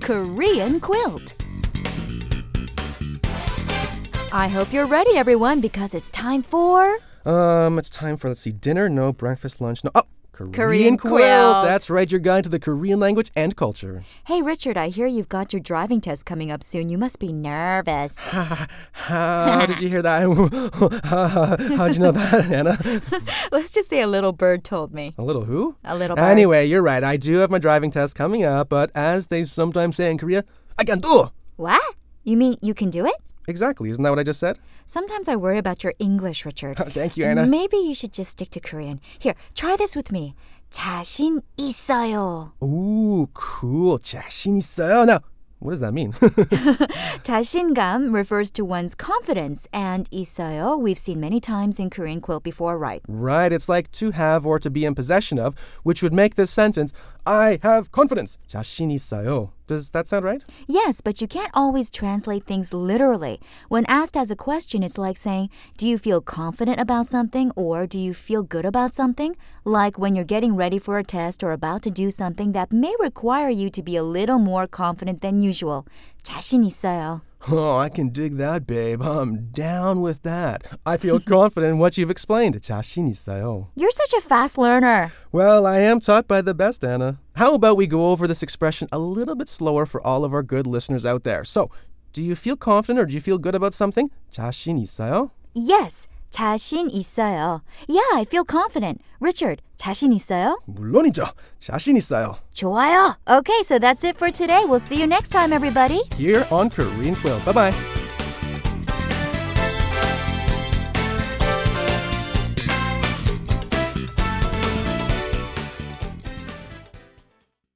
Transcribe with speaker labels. Speaker 1: Korean quilt. I hope you're ready, everyone, because it's time for.
Speaker 2: Um, it's time for let's see, dinner, no, breakfast, lunch, no. Oh, Korean,
Speaker 1: Korean
Speaker 2: quilt.
Speaker 1: quilt.
Speaker 2: That's right, your guide to the Korean language and culture.
Speaker 1: Hey, Richard, I hear you've got your driving test coming up soon. You must be nervous.
Speaker 2: How did you hear that? How'd you know that, Anna?
Speaker 1: Let's just say a little bird told me.
Speaker 2: A little who?
Speaker 1: A little bird.
Speaker 2: Anyway, you're right. I do have my driving test coming up, but as they sometimes say in Korea, I can do.
Speaker 1: What? You mean you can do it?
Speaker 2: Exactly. Isn't that what I just said?
Speaker 1: Sometimes I worry about your English, Richard.
Speaker 2: Thank you, Anna.
Speaker 1: Maybe you should just stick to Korean. Here, try this with me. 자신 있어요.
Speaker 2: Ooh, cool. 자신 있어요. Now, what does that mean?
Speaker 1: Oh. 자신감 refers to one's confidence, and 있어요 we've seen many times in Korean quilt before, right?
Speaker 2: right, it's like to have or to be in possession of, which would make this sentence, I have confidence. 자신 있어요. Does that sound right?
Speaker 1: Yes, but you can't always translate things literally. When asked as a question, it's like saying, Do you feel confident about something or do you feel good about something? Like when you're getting ready for a test or about to do something that may require you to be a little more confident than usual. 자신 있어요.
Speaker 2: Oh, I can dig that, babe. I'm down with that. I feel confident in what you've explained. 자신 있어요.
Speaker 1: You're such a fast learner.
Speaker 2: Well, I am taught by the best, Anna. How about we go over this expression a little bit slower for all of our good listeners out there? So, do you feel confident or do you feel good about something? 자신 있어요?
Speaker 1: Yes, 자신 있어요. Yeah, I feel confident. Richard, 자신 있어요?
Speaker 2: 물론이죠. 자신 있어요.
Speaker 1: 좋아요. Okay, so that's it for today. We'll see you next time, everybody.
Speaker 2: Here on Korean Quill. Bye bye.